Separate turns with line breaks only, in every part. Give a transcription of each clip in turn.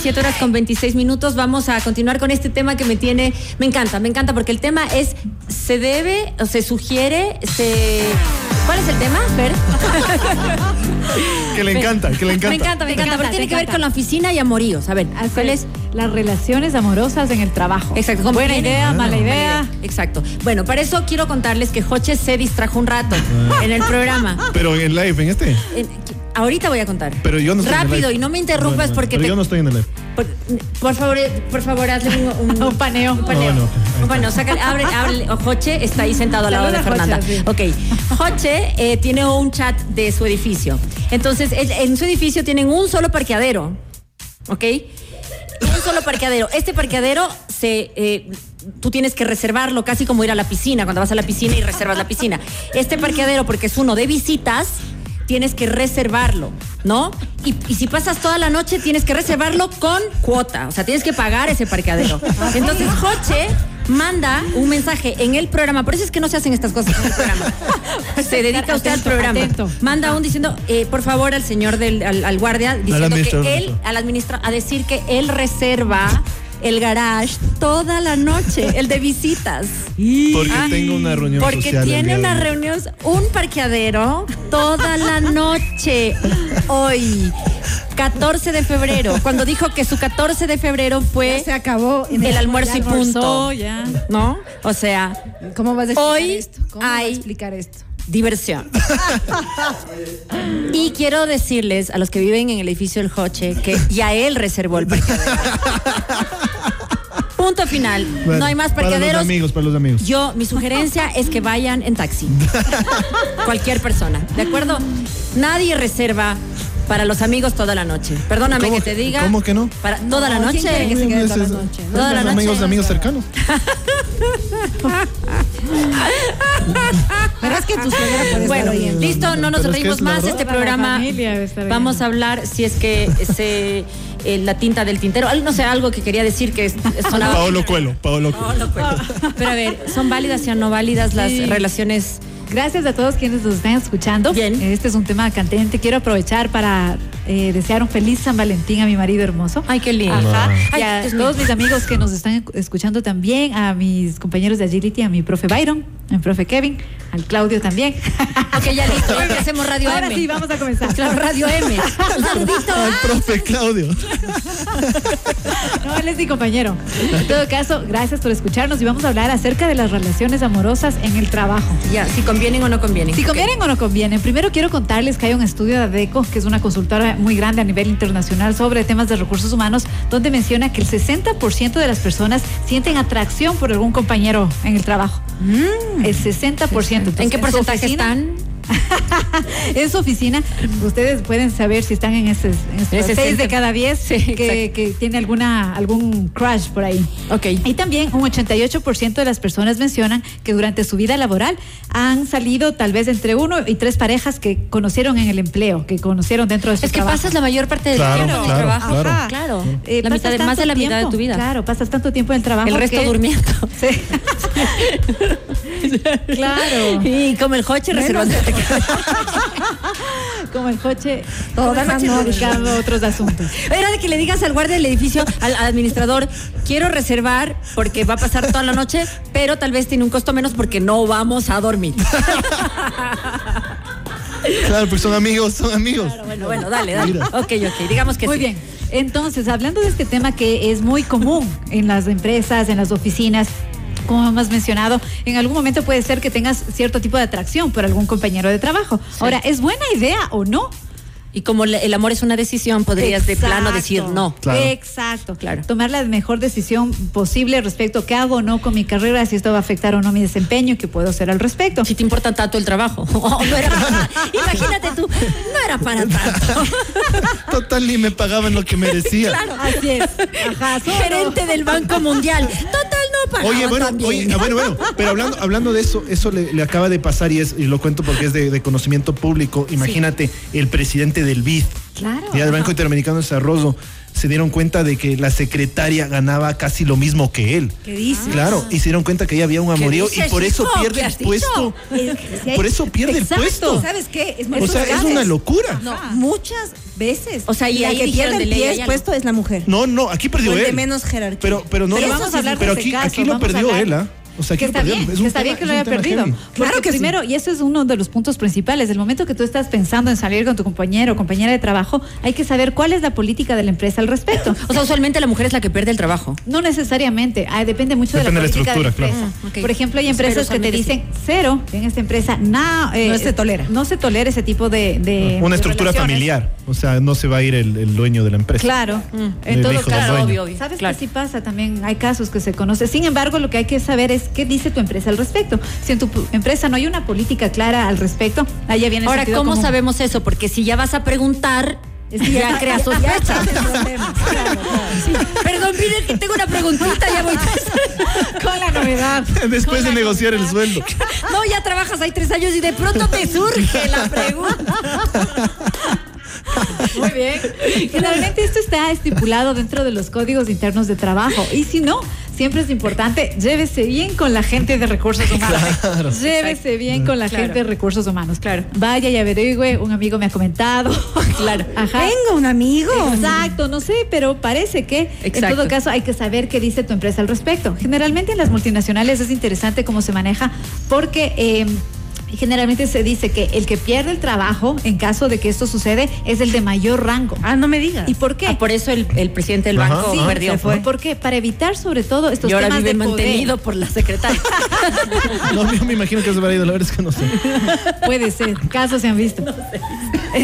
7 horas con 26 minutos. Vamos a continuar con este tema que me tiene, me encanta, me encanta, porque el tema es, se debe, o se sugiere, se... ¿Cuál es el tema, Fer?
Que le encanta, que le encanta.
Me encanta, me
Te
encanta,
encanta,
porque
te
tiene que ver
encanta.
con la oficina y amoríos. A ver, ¿cuál es?
Las relaciones amorosas en el trabajo.
Exacto. ¿cómo
Buena
viene?
idea, mala idea.
Exacto. Bueno, para eso quiero contarles que Joche se distrajo un rato en el programa.
Pero en live, en este.
En- ahorita voy a contar.
Pero yo no estoy en el
Rápido
live.
y no me interrumpas
No, no,
porque
pero
te-
yo no estoy en el live.
por, por favor, eh, por favor, hazle un, un-
Un paneo.
Un paneo.
Bueno, ok, ahí está.
Bueno, sácale, abre, abre. o Joche está ahí sentado al lado de
Saluda a
Fernanda.
Joche, sí.
Ok. Joche eh, tiene un chat de su edificio. Entonces, él- en su edificio tienen un solo parqueadero. ¿Ok? Un solo parqueadero. Este parqueadero se. eh, Tú tienes que reservarlo casi como ir a la piscina, cuando vas a la piscina y reservas la piscina. Este parqueadero, porque es uno de visitas, tienes que reservarlo, ¿no? Y, y si pasas toda la noche, tienes que reservarlo con cuota, o sea, tienes que pagar ese parqueadero. Entonces, Joche manda un mensaje en el programa, por eso es que no se hacen estas cosas en el programa. Se dedica usted al
Atento,
programa.
atento.
Manda un diciendo, eh, por favor, al señor del, al, al guardia, diciendo
administrador.
que él al administra a decir que él reserva el garage toda la noche, el de visitas.
Porque tengo una reunión
Porque
social el
tiene
día de
una
hoy.
reunión, un parqueadero toda la noche hoy. 14 de febrero, cuando dijo que su 14 de febrero fue
Ya se acabó.
el, almuerzo y
Ya almorzó,
punto,
ya.
¿no? O sea,
¿Cómo vas a explicar
Hoy
esto? ¿Cómo vas a
hay-
explicar esto?
diversión. y quiero decirles a los que viven en el edificio del Joche que ya él reservó el parqueadero. Punto final.
Bueno,
no hay más
Para los
parqueaderos.
amigos, para los amigos.
Yo, mi sugerencia es que vayan en taxi. Cualquier persona, ¿de acuerdo? Nadie reserva para los amigos toda la noche. Perdóname
¿Cómo
que
que-
te diga.
cómo que no?
Para toda la
No, ¿quién
noche.
quiere que se quede toda la
Esos-
noche?
esos
Toda la
amigos,
noche.
amigos cercanos.
Verás que tu suegra puede
Bueno,
estar oyendo.
listo, no nos
Pero es que
reímos
es la
más.
verdad.
Este
Toda la
programa
familia debe estar oyendo.
vamos a hablar si es que se eh, la tinta del tintero, al- no sé, algo que quería decir que es- sonaba.
Paolo Coelho, Paolo Coelho.
Pero a ver, ¿son válidas o no válidas las
Sí.
relaciones?
Gracias a todos quienes nos están escuchando.
Bien.
Este es un tema candente. Quiero aprovechar para eh, desear un feliz San Valentín a mi marido hermoso.
Ay, qué lindo.
Ajá.
Ay,
y a
Dios mío.
todos mis amigos que nos están escuchando también, a mis compañeros de Agility, a mi profe Byron, al profe Kevin, al Claudio también.
Ok, ya listo, ya hacemos Radio
Ahora
M.
sí, vamos a comenzar.
Claro, Radio M. Un saludito.
Al profe Claudio.
No, él es mi compañero. En todo caso, gracias por escucharnos y vamos a hablar acerca de las relaciones amorosas en el trabajo.
Ya, si convienen o no convienen.
Si convienen o no convienen, primero quiero contarles que hay un estudio de ADECO, que es una consultora muy grande a nivel internacional sobre temas de recursos humanos, donde menciona que el 60% de las personas sienten atracción por algún compañero en el trabajo. El 60%. Entonces,
Mm. ¿En qué
su
porcentaje
oficina-
están?
en su oficina. Ustedes pueden saber si están en ese, en estos
Ese
seis
centro.
de cada 10
Sí,
que,
exacto.
que tiene alguna, algún crush por ahí.
Ok.
Y también un 88% de las personas mencionan que durante su vida laboral han salido tal vez entre uno y tres parejas que conocieron en el empleo, que conocieron dentro de su
Es que
trabajo.
pasas la mayor parte del
Claro,
tiempo en el
claro,
trabajo.
claro.
Ajá.
Claro.
Eh,
la
pasas
mitad de- más
tanto
de la mitad de
tiempo,
tu vida.
Claro, pasas tanto tiempo en el trabajo.
El resto
que-
durmiendo.
Sí. claro.
Y como el Hoche reservó.
Como el coche,
Como
todas
el
han
coche no-
dedicado a otros asuntos.
Era de que le digas al guardia del edificio, al al administrador, quiero reservar porque va a pasar toda la noche, pero tal vez tiene un costo menos porque no vamos a dormir.
Claro, porque son amigos, son amigos.
Bueno, bueno, dale, dale.
Mira.
Ok, ok, digamos que
Muy
sí.
bien. Entonces, hablando de este tema que es muy común en las empresas, en las oficinas, como hemos mencionado, en algún momento puede ser que tengas cierto tipo de atracción por algún compañero de trabajo. Ahora, ¿es buena idea o no?
Y como le- el amor es una decisión, podrías de plano decir
Exacto.
no.
Claro.
Exacto.
Claro.
Tomar la mejor decisión posible respecto a qué hago o no con mi carrera, si esto va a afectar o no mi desempeño, qué puedo hacer al respecto.
Si te importa tanto el trabajo. Oh, no era para- Imagínate tú, no era para tanto.
Total, ni me pagaban lo que merecía.
Así es. Ajá, solo-
gerente del Banco Mundial. Total, no pagaba
Oye, bueno,
también.
oye, ah, bueno, bueno, pero hablando, hablando de eso, eso le, le acaba de pasar y, es, y lo cuento porque es de, de conocimiento público. Imagínate, el presidente del BID,
Claro.
ya del Banco Interamericano de Desarrollo, se dieron cuenta de que la secretaria ganaba casi lo mismo que él.
¿Qué dices?
Claro, y se dieron cuenta que ella había un amorío y
dices,
por eso
hijo?
pierde
¿Qué
el
has dicho?
puesto.
Es que si hay-
Por eso pierde el
Exacto.
puesto.
¿Sabes qué? Es
O sea, es una locura.
No, muchas veces.
O sea, y
la
ahí
que
dijeron
pierde el
de ley,
pie
allá no.
expuesto es la mujer.
No, no, aquí perdió
O el de
él.
menos jerarquía.
Pero, pero no,
Pero vamos a hablar de
pero
ese
aquí,
caso,
aquí lo
vamos a
perdió
hablar.
él, ¿ah? O sea, aquí
que
lo
está
perdieron.
bien,
Es
que
un
está
tema-
bien que
es
lo
un
haya
tema
perdido.
heavy.
Porque
Claro que sí.
primero, y eso es uno de los puntos principales, el momento que tú estás pensando en salir con tu compañero o compañera de trabajo, hay que saber cuál es la política de la empresa al respecto.
O sea, usualmente la mujer es la que pierde el trabajo.
No necesariamente, ah, depende mucho
Depende
de
de
la
la
política de
estructura,
la
claro.
empresa.
Mm, ok.
Por ejemplo, hay
Pero
empresas que te
usualmente
dicen cero, en esta empresa na, eh,
No se tolera.
No se tolera ese tipo de... de-
Una
de
estructura
Eh, relaciones.
familiar. O sea, no se va a ir el, el dueño de la empresa.
Claro,
El
en todo
hijo del
caso,
dueño.
obvio, obvio,
Sabes
claro.
que sí pasa también, hay casos que se conoce. Sin embargo, lo que hay que saber es qué dice tu empresa al respecto. Si en tu pu- empresa no hay una política clara al respecto, allá viene el
Ahora,
sentido
¿cómo
común.
sabemos eso? Porque si ya vas a preguntar, ya creas sospechas. Perdón, miren que tengo una preguntita, ya voy.
Con la novedad.
Después de
Con la
negociar el
novedad.
sueldo.
No, "Oh, ya trabajas ahí tres años y de pronto te surge la pregunta.
Muy bien. Generalmente esto está estipulado dentro de los códigos internos de trabajo. Y si no, siempre es importante, llévese bien con la gente de recursos humanos. Llévese bien con la
Claro.
gente de recursos humanos. Claro. Vaya y averigüe, un amigo me ha comentado. Claro. Ajá.
Tengo un amigo.
Exacto, no sé, pero parece que en
Exacto.
todo caso hay que saber qué dice tu empresa al respecto. Generalmente en las multinacionales es interesante cómo se maneja porque... eh, Generalmente se dice que el que pierde el trabajo, en caso de que esto sucede, es el de mayor rango.
Ah, no me digas.
¿Y por qué?
Ah, por eso el, el presidente del
Ajá,
banco
sí,
perdió.
se fue.
¿Por qué? Para evitar sobre todo estos
Y ahora
temas
vive
de poder.
mantenido por la secretaria.
No, yo me imagino que se habrá ido. La verdad es que no sé.
Puede ser, casos se han visto.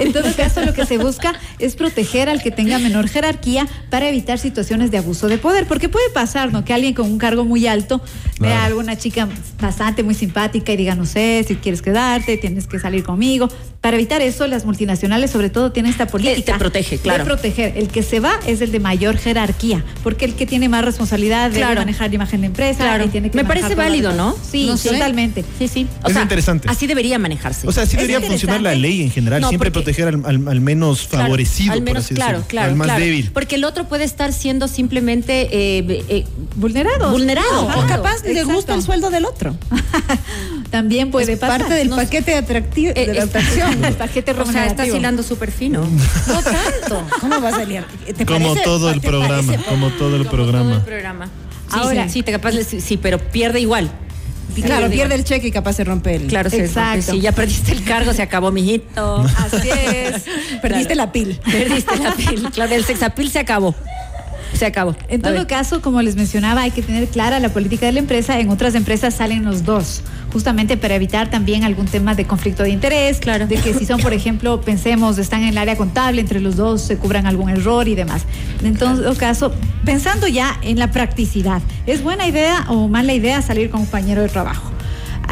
en todo caso, lo que se busca es proteger al que tenga menor jerarquía para evitar situaciones de abuso de poder, porque puede pasar, ¿no? Que alguien con un cargo muy alto vea a
Claro.
alguna chica bastante muy simpática y diga, no sé, si quieres quedarte, tienes que salir conmigo. Para evitar eso, las multinacionales sobre todo tienen esta política.
te protege,
de
claro.
proteger. El que se va es el de mayor jerarquía, porque el que tiene más responsabilidad debe
Claro.
manejar la imagen de empresa.
Claro.
y tiene que
Me
manejar
parece
todo lo
válido,
demás.
¿no?
Sí,
No sé.
totalmente.
Sí, sí. O
Es
sea,
interesante.
Así debería manejarse.
O sea, sí
Es
debería funcionar la
interesante.
ley en general.
No,
Siempre
porque-
proteger al, al- al menos
Claro,
favorecido,
al menos,
por así
claro,
decirlo,
claro,
Al más
claro.
débil.
Porque el otro puede estar siendo simplemente eh, eh,
Vulnerado.
Vulnerado.
O capaz le
Exacto.
gusta el sueldo del otro.
También puede
es
pasar.
parte del
No sé.
paquete atractivo.
Eh,
de la
es-
atracción.
El paquete
o sea, estás
remunerativo.
hilando súper fino. No tanto.
¿Cómo vas a liar? ¿Te
Como
parece?
todo el
¿Te
programa.
parece?
Como todo
Todo
el
el
programa.
programa. Sí,
Ahora-
sí, sí, te capaz, le- sí, sí, pero pierde igual.
Claro, pierde el cheque y capaz se rompe el.
Claro, sí,
Exacto.
sí, ya perdiste el cargo, se acabó, mijito.
Así es.
Claro.
Perdiste la pil.
Perdiste la piel. Claro, el sexapil se acabó. Se acabó.
En
A
todo
ver.
caso, como les mencionaba, hay que tener clara la política de la empresa. En otras empresas salen los dos, justamente para evitar también algún tema de conflicto de interés.
Claro.
De que si son, por ejemplo, pensemos, están en el área contable, entre los dos se cubran algún error y demás. En todo caso, pensando ya en la practicidad, ¿es buena idea o mala idea salir con un compañero de trabajo?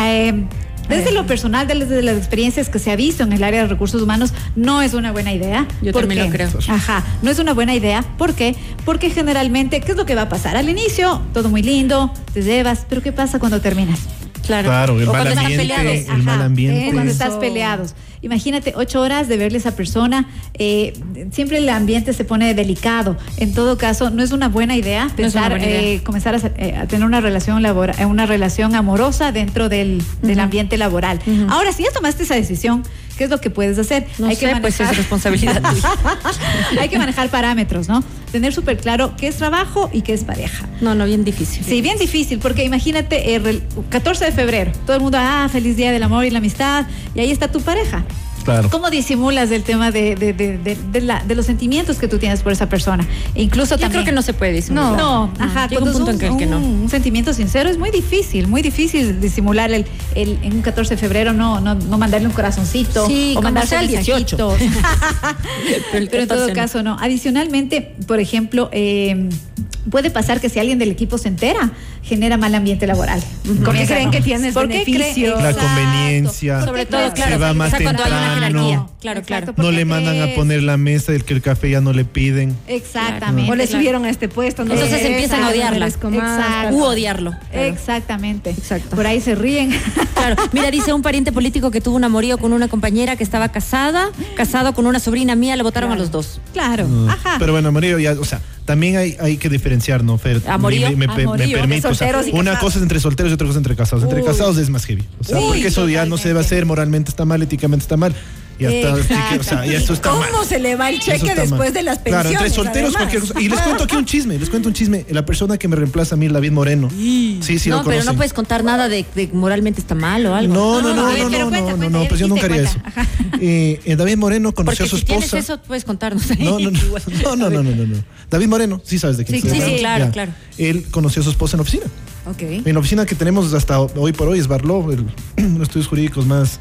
Eh, desde lo personal, desde las experiencias que se ha visto en el área de recursos humanos, no es una buena idea.
Yo
¿Por
también lo creo.
Ajá, no es una buena idea. ¿Por qué? Porque generalmente, ¿qué es lo que va a pasar? Al inicio, todo muy lindo, te llevas, pero ¿qué pasa cuando terminas?
Claro.
Claro, el
O
mal
cuando están
ambiente.
peleados.
El mal ambiente.
¿eh? Cuando estás
Eso.
peleados. Imagínate ocho horas de verle a esa persona. eh, siempre el ambiente se pone delicado. En todo caso, no es una buena idea
No es una
pensar,
buena idea.
eh, comenzar a, sa- eh, a tener una relación labora- eh, una relación amorosa dentro del, del ambiente laboral. Ahora, si ya tomaste esa decisión, ¿qué es lo que puedes hacer?
No sé, pues es responsabilidad tuya.
Hay que manejar parámetros, ¿no? Tener súper claro qué es trabajo y qué es pareja.
No, no, bien difícil.
Sí, bien difícil, porque imagínate, eh, re- 14 de febrero, todo el mundo, ah, feliz día del amor y la amistad, y ahí está tu pareja.
Claro.
¿Cómo disimulas el tema de, de- de- de- de la- de los sentimientos que tú tienes por esa persona? E incluso
Yo
también.
creo que no se puede disimular.
No, no, ajá.
Ah, Llega un
cuando es
punto en que- que no.
Un sentimiento sincero es muy difícil, muy difícil disimular el, el- en un 14 de febrero no, no, no mandarle un corazoncito
Sí,
o
como
mandarse
sea el 18. el
Pero en
14
todo
no.
caso, no. Adicionalmente, por ejemplo, eh, puede pasar que si alguien del equipo se entera, genera mal ambiente laboral. ¿Por qué
creen que tienes
¿Por qué creen-
beneficios?
La
Exacto.
conveniencia.
¿Por qué
Sobre
creen-
todo, claro.
Se va
o
más
sea, cuando hay una
temprano.
jerarquía. Claro,
Exacto,
claro.
¿por
No
qué
le mandan a
crees?
poner la mesa, el que el café ya no le piden.
Exactamente.
O le
Claro.
subieron a este puesto. no
Entonces
les
empiezan
interesa,
a odiarla.
no les comas,
Exacto.
tal.
U odiarlo.
Exactamente.
Exacto.
Por ahí se ríen.
Claro, mira, dice un pariente político que tuvo un amorío con una compañera que estaba casada, casado con una sobrina mía, le votaron a los dos.
Claro. Ajá.
Mm. Pero bueno, amorío ya, o sea, también hay, hay que diferenciar, ¿no, Fer?
Amorío,
Me, me- me
amorío, de
permito. o sea,
solteros y
una
casados.
cosa es entre solteros y otra cosa es entre casados. Entre
Uy.
casados es más heavy. O sea,
Uy,
porque eso ya no se debe
totalmente.
hacer, moralmente está mal, éticamente está mal. Ya está, así que, o sea, ya eso está
¿Cómo
mal.
se le va el
Eso está
cheque
mal.
después de las pensiones?
Claro, entre solteros
además?
cualquier cosa. Y les cuento aquí un chisme, les cuento un chisme. La persona que me reemplaza a mí, es David Moreno. Sí, sí,
no,
lo
pero
conocen.
no puedes contar nada de, de moralmente está mal o algo.
No, no, no,
No,
no,
a ver,
no,
pero
no,
cuenta,
no,
cuenta,
no,
ya
pues yo no
dijiste,
haría eso.
cuenta.
Eh, eh, David Moreno conoció
Porque
a su
si tienes
esposa.
eso, puedes contarnos. ahí.
No, no, no, no, no, no, no, no, no. David Moreno, sí sabes de quién
Sí,
estoy
sí, sí,
hablando.
claro,
Él conoció a su esposa en la oficina.
Ok.
En la oficina que tenemos hasta hoy por hoy es Barlow, el, uno de estudios jurídicos más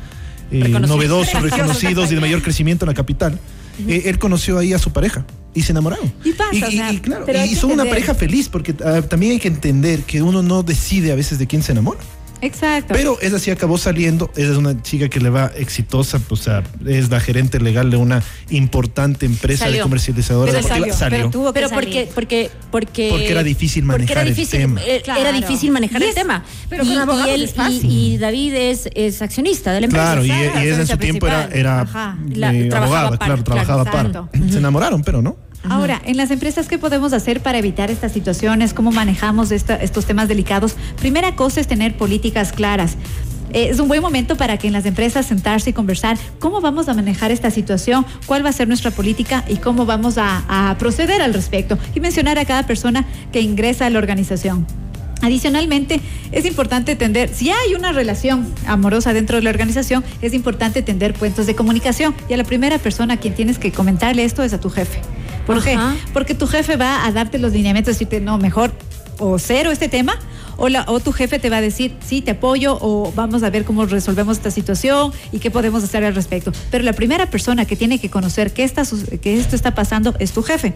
eh,
Reconocidos.
novedosos,
Reconocidos.
reconocidos y de mayor crecimiento en la capital. Eh, él conoció ahí a su pareja y se enamoraron.
Y pasa,
y,
o sea,
y claro,
pero
y
hay que
son una
entender.
pareja feliz porque ah, también hay que entender que uno no decide a veces de quién se enamora.
Exacto.
Pero esa sí acabó saliendo. Esa es una chica que le va exitosa. pues, O sea, es la gerente legal de una importante empresa de
Salió.
comercializadora.
Pero
deportiva.
salió,
Salió.
Tuvo que
Pero
salir.
porque, porque, porque.
Porque era difícil
porque
manejar
era
el
difícil,
tema.
eh, Era
Claro.
difícil manejar
Y
el
es-
tema.
pero
y,
con abogados
y él-
es fácil.
y- y David es, es accionista de la empresa.
Claro, y, e-
Claro,
y ella en su
accionista
tiempo era,
principal.
era
Ajá.
La-
eh,
trabajaba
abogada,
par, claro,
claro, trabajaba par.
exacto.
Se enamoraron, pero no.
Ahora, en las empresas, ¿qué podemos hacer para evitar estas situaciones? ¿Cómo manejamos esta- estos temas delicados? Primera cosa es tener políticas claras. Eh, Es un buen momento para que en las empresas sentarse y conversar cómo vamos a manejar esta situación, cuál va a ser nuestra política y cómo vamos a, a proceder al respecto y mencionar a cada persona que ingresa a la organización. Adicionalmente, es importante tender, si hay una relación amorosa dentro de la organización, es importante tender puentes de comunicación y a la primera persona a quien tienes que comentarle esto es a tu jefe. ¿Por qué?
Ajá.
Porque tu jefe va a darte los lineamientos, decirte, no, mejor o cero este tema, o, la- o tu jefe te va a decir, sí, te apoyo, o vamos a ver cómo resolvemos esta situación y qué podemos hacer al respecto. Pero la primera persona que tiene que conocer que, está sus- que esto está pasando es tu jefe.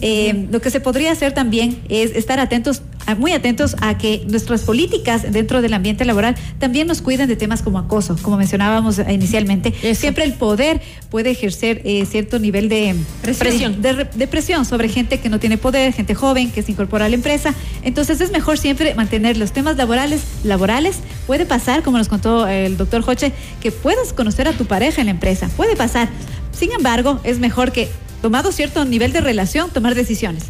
Eh, lo que se podría hacer también es estar atentos, a- muy atentos a que nuestras políticas dentro del ambiente laboral también nos cuiden de temas como acoso, como mencionábamos eh, inicialmente.
Eso.
Siempre el poder puede ejercer eh, cierto nivel de
Presión.
de, re- de presión sobre gente que no tiene poder, gente joven que se incorpora a la empresa. Entonces es mejor siempre mantener los temas laborales laborales. Puede pasar, como nos contó eh, el doctor Joche, que puedas conocer a tu pareja en la empresa. Puede pasar. Sin embargo, es mejor que, tomado cierto nivel de relación, tomar decisiones.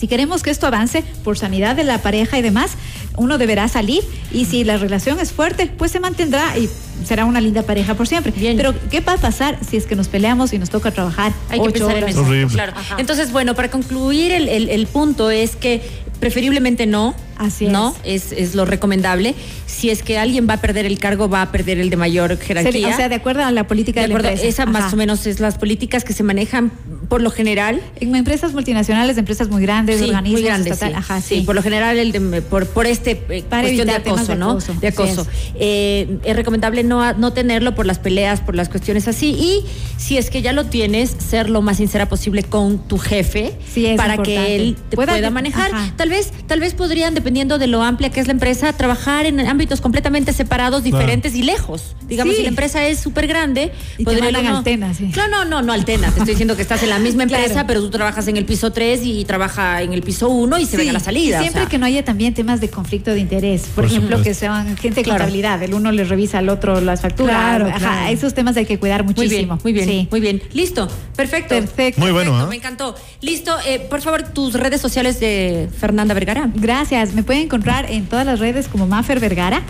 Si queremos que esto avance por sanidad de la pareja y demás, uno deberá salir y si la relación es fuerte, pues se mantendrá y será una linda pareja por siempre.
Bien.
Pero ¿qué va a pasar si es que nos peleamos y nos toca trabajar
Hay que
ocho
pensar en
horas?
eso.
Horrible.
Claro. Entonces, bueno, para concluir, el, el- el punto es que preferiblemente no.
Así es.
No, es, es lo recomendable. Si es que alguien va a perder el cargo, va a perder el de mayor jerarquía.
Sería- O sea, de acuerdo a la política de,
De acuerdo,
la empresa.
esa más
Ajá.
o menos es las políticas que se manejan por lo general.
En empresas multinacionales, empresas muy grandes,
Sí,
organismos
muy grandes, sí,
estatal, ajá,
sí, por lo general el de- por, por este eh,
Para
cuestión de
evitar temas
acoso,
de
¿no?
acoso,
De
así
acoso.
es.
Eh, es recomendable no, a- no tenerlo por las peleas, por las cuestiones así. Y si es que ya lo tienes, ser lo más sincera posible con tu jefe
Sí, es
para que
importante.
él te pueda,
Pueda-
manejar.
ajá.
Tal vez, tal vez podrían, dependiendo de lo amplia que es la empresa, trabajar en ámbitos completamente separados,
Claro.
diferentes y lejos. Digamos,
Sí.
si la empresa es súper grande,
Y te
podría
mandan
uno-
alternas, sí.
No, no, no, no alterna. Te estoy diciendo que estás en la misma empresa,
Claro.
pero tú trabajas en el piso 3 y trabaja en el piso 1 y se ven a la
Sí,
salida.
y siempre
o sea.
que no haya también temas de conflicto de interés, por,
Por
ejemplo,
supuesto.
que sean gente de
Claro.
contabilidad, el uno le revisa al otro las facturas.
Claro,
ajá,
claro.
esos temas hay que cuidar
Muy bien,
muchísimo.
muy bien,
Sí.
muy bien. Listo, perfecto.
Perfecto.
Muy bueno,
Perfecto,
¿ah?
Me encantó. Listo, eh, por favor, tus redes sociales de Fernanda Vergara.
Gracias. Me pueden encontrar en todas las redes como Mafer Vergara,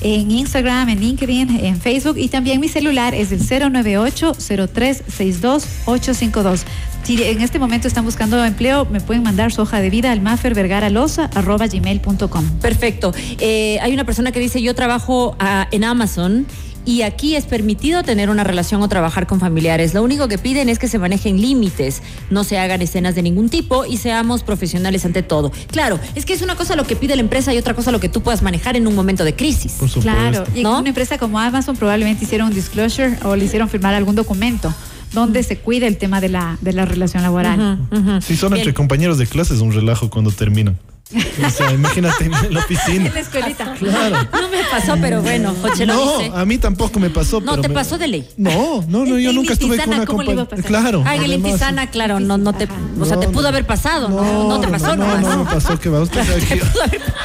en Instagram, en LinkedIn, en Facebook y también mi celular es el 098-0362-852. Si en este momento están buscando empleo, me pueden mandar su hoja de vida al mafervergaralosa.gmail.com.
Perfecto. Eh, hay una persona que dice, yo trabajo ah, en Amazon y aquí es permitido tener una relación o trabajar con familiares. Lo único que piden es que se manejen límites, no se hagan escenas de ningún tipo y seamos profesionales ante todo. Claro, es que es una cosa lo que pide la empresa y otra cosa lo que tú puedas manejar en un momento de crisis.
Por supuesto.
Claro, y en
¿No?
una empresa como Amazon probablemente hicieron un disclosure o le hicieron firmar algún documento donde se cuida el tema de la, de la relación laboral.
Ujú, ujú.
Sí, son
Bien.
entre compañeros de clase, es un relajo cuando terminan. O sea, imagínate en la oficina.
escuelita.
Claro.
No me pasó, pero bueno, Joche lo
No, ah,
dice.
a mí tampoco me pasó.
No,
pero
te
me-
pasó de ley.
No, no, no,
En-
yo
en
nunca estuve con
Intisana,
una
¿cómo le iba a
compañera.
pasar?
Claro.
Ah, en el
además.
Intisana, claro, no, no te, o sea, te
No,
pudo
no.
haber pasado, no, no, te pasó,
no,
nomás.
no, me pasó, que va. Usted sabe que-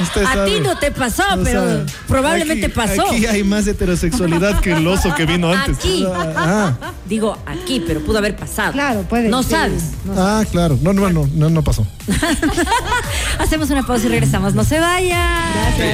usted
A ti
sabe.
no te pasó,
No
pero
sabe.
probablemente
Aquí-
pasó.
Aquí hay más heterosexualidad que el oso que vino antes.
Aquí.
Ah, ah,
Digo aquí, pero pudo haber pasado.
Claro, puede
No
ser.
sabes.
ah, claro. No, no, no, no, no pasó.
Hacemos una pausa y regresamos. No se vayan.